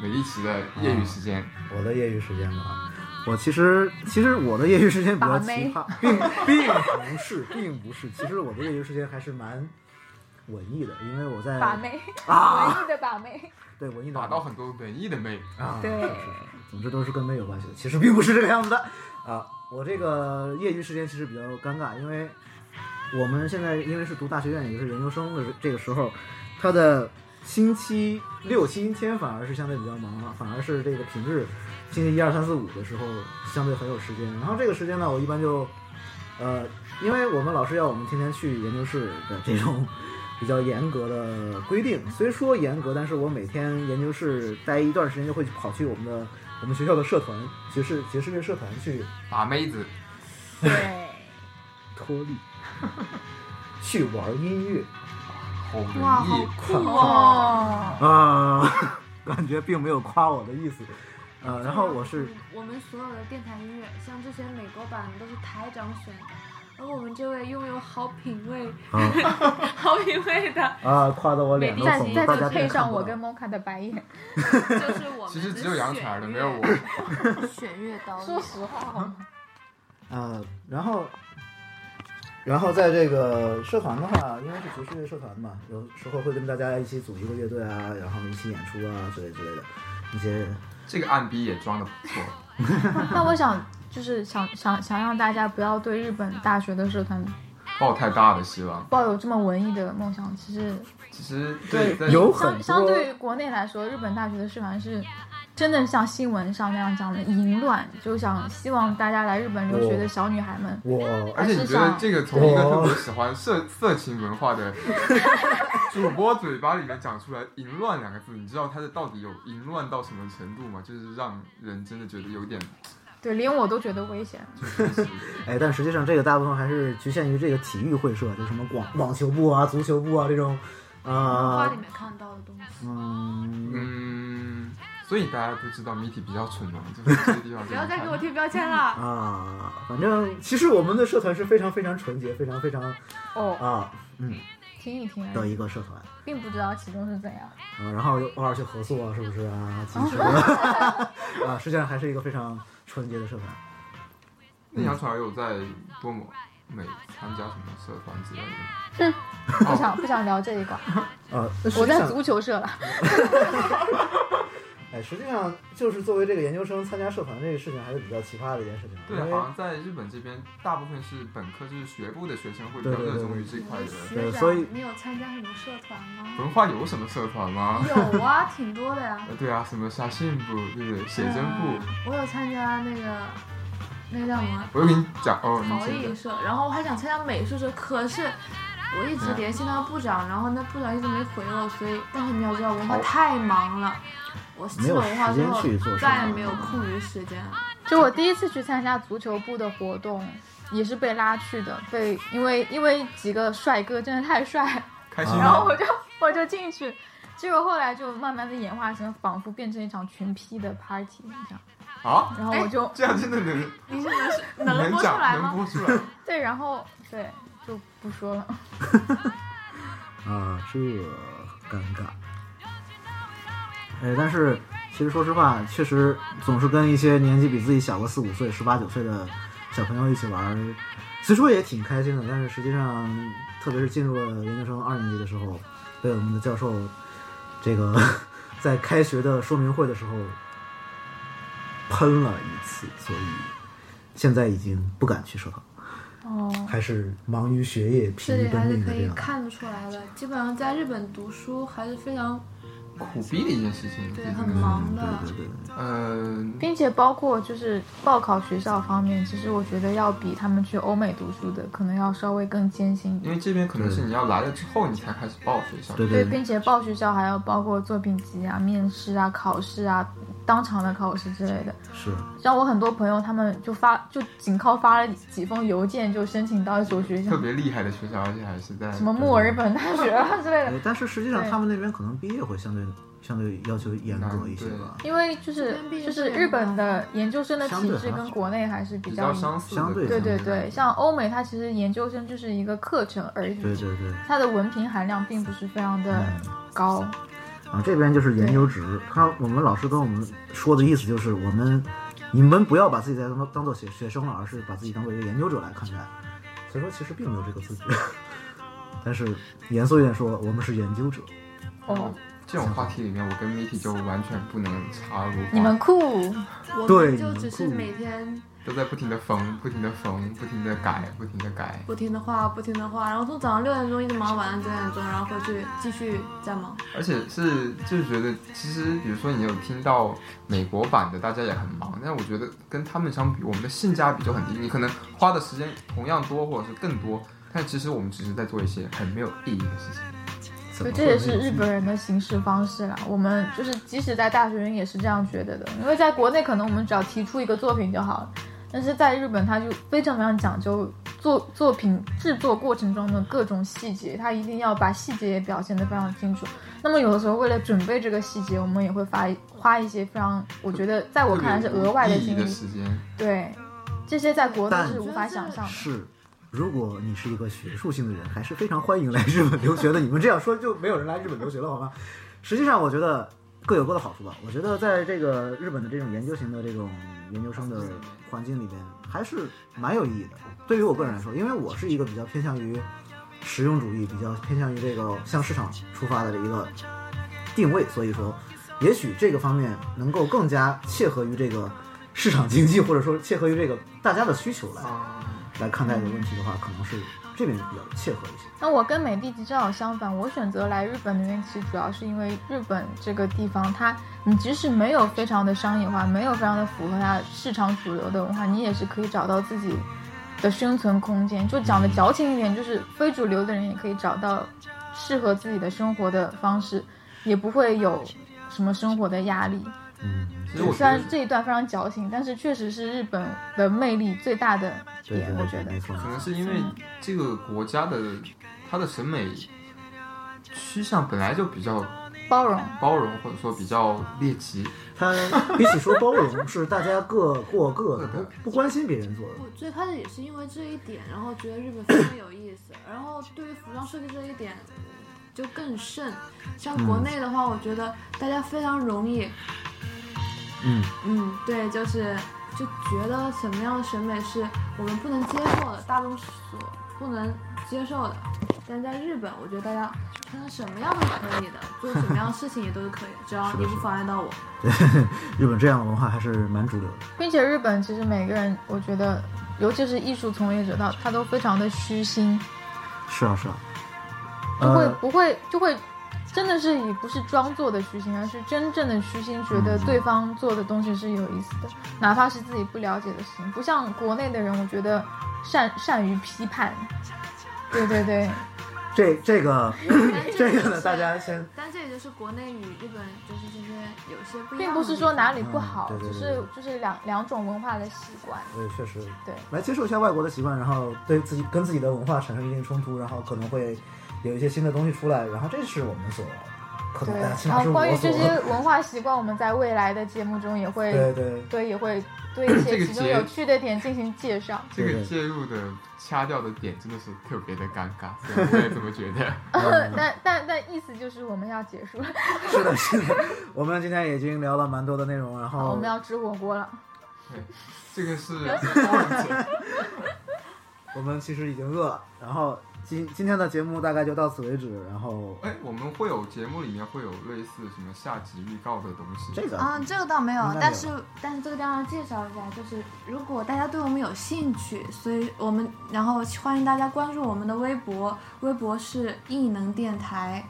美丽奇的业余时间。我的业余时间吧，我其实其实我的业余时间比较把奇妹 葩，并并不是，并不是。其实我的业余时间还是蛮文艺的，因为我在把妹，啊，文艺的把妹，对文艺的打到很多文艺的妹，啊，对是是是，总之都是跟妹有关系的，其实并不是这个样子的啊。我这个业余时间其实比较尴尬，因为我们现在因为是读大学院，也是研究生的这个时候，他的星期六、星期天反而是相对比较忙了，反而是这个平日星期一二三四五的时候相对很有时间。然后这个时间呢，我一般就呃，因为我们老师要我们天天去研究室的这种比较严格的规定，虽说严格，但是我每天研究室待一段时间就会跑去我们的我们学校的社团爵士爵士乐社团去把妹子， 对，脱力， 去玩音乐好文哇，好艺。酷啊哦！啊、 感觉并没有夸我的意思，呃，然后我 是嗯我们所有的电台音乐，像这些美国版的都是台长选的，而我们这位拥有好品味、啊 好品味的，啊夸得我脸都再红了，再大家真次的配上看不我到跟 Moka 的白眼，就是我 们其实只有杨采儿的，没有我。我。选乐刀，说实话好吗？呃，然后，然后在这个社团的话，因为是爵士乐社团嘛，有时候会跟大家一起组一个乐队啊，然后一起演出啊之类之类的一些。这个暗逼也装的不错， 那我想就是想想想让大家不要对日本大学的社团抱太大的希望。抱有这么文艺的梦想。其实其实对在有很相相多对于国内来说，日本大学的社团是真的像新闻上那样讲的淫乱，就想希望大家来日本留学的小女孩们，我而且你觉得这个从一个特别喜欢色色情文化的主播嘴巴里面讲出来“淫乱”两个字，你知道它的到底有淫乱到什么程度吗？就是让人真的觉得有点对，连我都觉得危险。就是哎，但实际上这个大部分还是局限于这个体育会社，就什么网网球部啊、足球部啊这种，花啊里、面看到的东西，嗯，嗯，所以大家都知道谜题比较蠢嘛，就是这个地方。不要再给我贴标签了。啊，反正其实我们的社团是非常非常纯洁、非常非常哦，啊听一听而已，的一个社团。并不知道其中是怎样。啊，然后又偶尔去合作啊，是不是啊？其 实啊，实际上还是一个非常纯洁的社团。那杨传儿有在多么美参加什么社团之类的吗？不想不想聊这一个，啊，哦那实我际在上，足球社了。哎，实际上就是作为这个研究生参加社团这个事情，还是比较奇葩的一件事情。对，啊因为好像在日本这边，大部分是本科就是学部的学生会比对较对对热衷于这你块的。对学所以长，你有参加什么社团吗？文化有什么社团吗？有啊，挺多的呀。呃，对啊，什么写信部，对不对？写真部嗯，我有参加那个那个叫什么我又给你讲哦，你陶先艺讲。社，嗯然后我还想参加美术社，可是我一直嗯联系那个部长，然后那部长一直没回我，所以但是你要知道文化好太忙了，我没去有了文化时之间后去做什再也么没有空余时间了。就我第一次去参加足球部的活动，也是被拉去的，被因为因为几个帅哥真的太帅，开心然后吗？我就我就进去，结果后来就慢慢的演化成仿佛变成一场群批的 party 这样，啊，然后我就、这样真的能你是能能能播出讲来能吗？播出来？对，然后对就不说了，啊，这尴尬。哎，但是其实说实话，确实总是跟一些年纪比自己小个四五岁、十八九岁的小朋友一起玩儿，虽说也挺开心的，但是实际上，特别是进入了研究生二年级的时候，被我们的教授这个 在开学的说明会的时候喷了一次，所以现在已经不敢去社团，哦，还是忙于学业、疲这于里还奔是命可的这以样。看得出来的，基本上在日本读书还是非常苦逼的一件事情，这对真很的是忙的嗯对对对对，呃，并且包括就是报考学校方面，其实我觉得要比他们去欧美读书的可能要稍微更艰辛一因点。为这边可能是你要来了之后，你才开始报学校。对对，对并且报学校还要包括作品集啊、面试啊、考试啊、当场的考试之类的。是，像我很多朋友，他们就发就仅靠发了几封邮件就申请到一所学校特，别厉害的学校，而且还是在什么墨尔本大学啊之类的。对哎但是实际上对他们那边可能毕业会相对相对要求严格一些吧， 因为就是这边毕业就是生也日不本高的研究生的相体对制还跟好国内还是比比较较相似的相地对方，对对相对，像欧美它其实研究生就是一个课程而已，对对对。它的文凭含量并不是非常的嗯高。然啊后这边就是研究职，他我们老师跟我们说的意思就是，我们你们不要把自己当当做学学生了，而是把自己当做一个研究者来看待。所以说其实并没有这个资格， 但是严肃一点说，我们是研究者。哦，这种话题里面，我跟 Miki 就完全不能插入话题，你们酷，我对们就只是你们每天都在不停的缝，不停的缝，不停的改，不停的改。不停的画，不停的画，然后从早上六点钟一直忙到晚上九点钟，然后回去继续再忙。而且是就是觉得，其实比如说你有听到美国版的，大家也很忙，但我觉得跟他们相比，我们的性价比就很低。你可能花的时间同样多，或者是更多，但其实我们只是在做一些很没有意义的事情。怎就么这会也没有是日本人的行事方式啦。我们就是即使在大学生也是这样觉得的，因为在国内可能我们只要提出一个作品就好了，但是在日本他就非常非常讲究作作品制作过程中的各种细节，他一定要把细节也表现得非常清楚。那么有的时候为了准备这个细节，我们也会发花一些非常，我觉得在我看来是额外的的精力的。时间，对，这些在国内但是无法想象的。是，如果你是一个学术性的人，还是非常欢迎来日本留学的。你们这样说就没有人来日本留学了，好吗？实际上，我觉得各有各的好处吧。我觉得在这个日本的这种研究型的这种研究生的环境里边，还是蛮有意义的。对于我个人来说，因为我是一个比较偏向于实用主义，比较偏向于这个向市场出发的一个定位，所以说，也许这个方面能够更加切合于这个市场经济，或者说切合于这个大家的需求啊来来看待的问题的话，可能是这边比较切合一些。那我跟美帝正好相反，我选择来日本的原因其实主要是因为日本这个地方，它你即使没有非常的商业化，没有非常的符合它市场主流的文化，你也是可以找到自己的生存空间。就讲的矫情一点，就是非主流的人也可以找到适合自己的生活的方式，也不会有什么生活的压力。嗯，其实我觉虽然得这一段非常矫情，但是确实是日本的魅力最大的对点对，我对觉对，得没。错。可能是因为这个国家的它的审美趋向本来就比较包容，包容，或者说比较猎奇。他比起说包容，是大家各过各的，对对不不关心别人做的。我最开始也是因为这一点，然后觉得日本非常有意思，然后对于服装设计这一点就更甚。像国内的话，我觉得大家非常容易，嗯，嗯，对，就是就觉得什么样的审美是我们不能接受的，大众所不能接受的。但在日本，我觉得大家穿成什么样都是可以的，做什么样的事情也都是可以的，只要是的你不是的妨 碍到我。日本这样的文化还是蛮主流的。并且日本其实每个人，我觉得，尤其是艺术从业者，他他都非常的虚心，是啊，是啊。就会、呃，不会就会，真的是以不是装作的虚心，而是真正的虚心，觉得嗯对方做的东西是有意思的，哪怕是自己不了解的事情。不像国内的人，我觉得善善于批判。对对对，这这 个但这也个呢，是大家先但这也就是国内与日本就是这些有些不一样的地方，并不是说哪里不好，嗯对对只对是就是两两种文化的习惯。我也确实对来接受一下外国的习惯，然后对自己跟自己的文化产生一定冲突，然后可能会有一些新的东西出来，然后这是我们所可对能大家，起然码是后我关于所这些文化习惯，我们在未来的节目中也会对对对，也会对一这些个其中节有趣的点进行介绍。这对个对介入的掐掉的点真的是特别的尴尬，所以我也这么觉得。 但但但意思就是我们要结束了，是的，是的。我们今天已经聊了蛮多的内容，然好，后我们要吃火锅了。这个是忘记了我们其实已经饿了，然后今今天的节目大概就到此为止，然后哎，我们会有节目里面会有类似什么下集预告的东西。这个嗯，这个倒没有应该没有，但是但是这个地方要介绍一下，就是如果大家对我们有兴趣，所以我们然后欢迎大家关注我们的微博，微博是异能电台，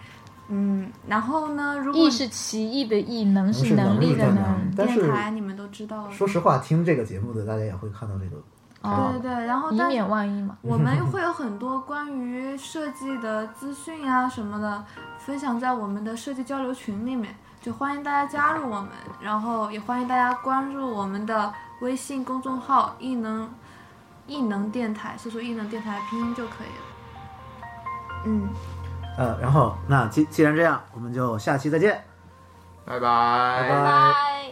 嗯，然后呢，如果异是奇异的异，能能是是能力力的能能。，但电是台你们都知道了，说实话，听这个节目的大家也会看到这个，哦对对对，然后以但免万一嘛。我们会有很多关于设计的资讯啊什么的，分享在我们的设计交流群里面，就欢迎大家加入我们，然后也欢迎大家关注我们的微信公众号“艺能艺能电台”，搜索“艺能电台”拼音就可以了。嗯，呃，然后那既既然这样，我们就下期再见，拜拜拜拜。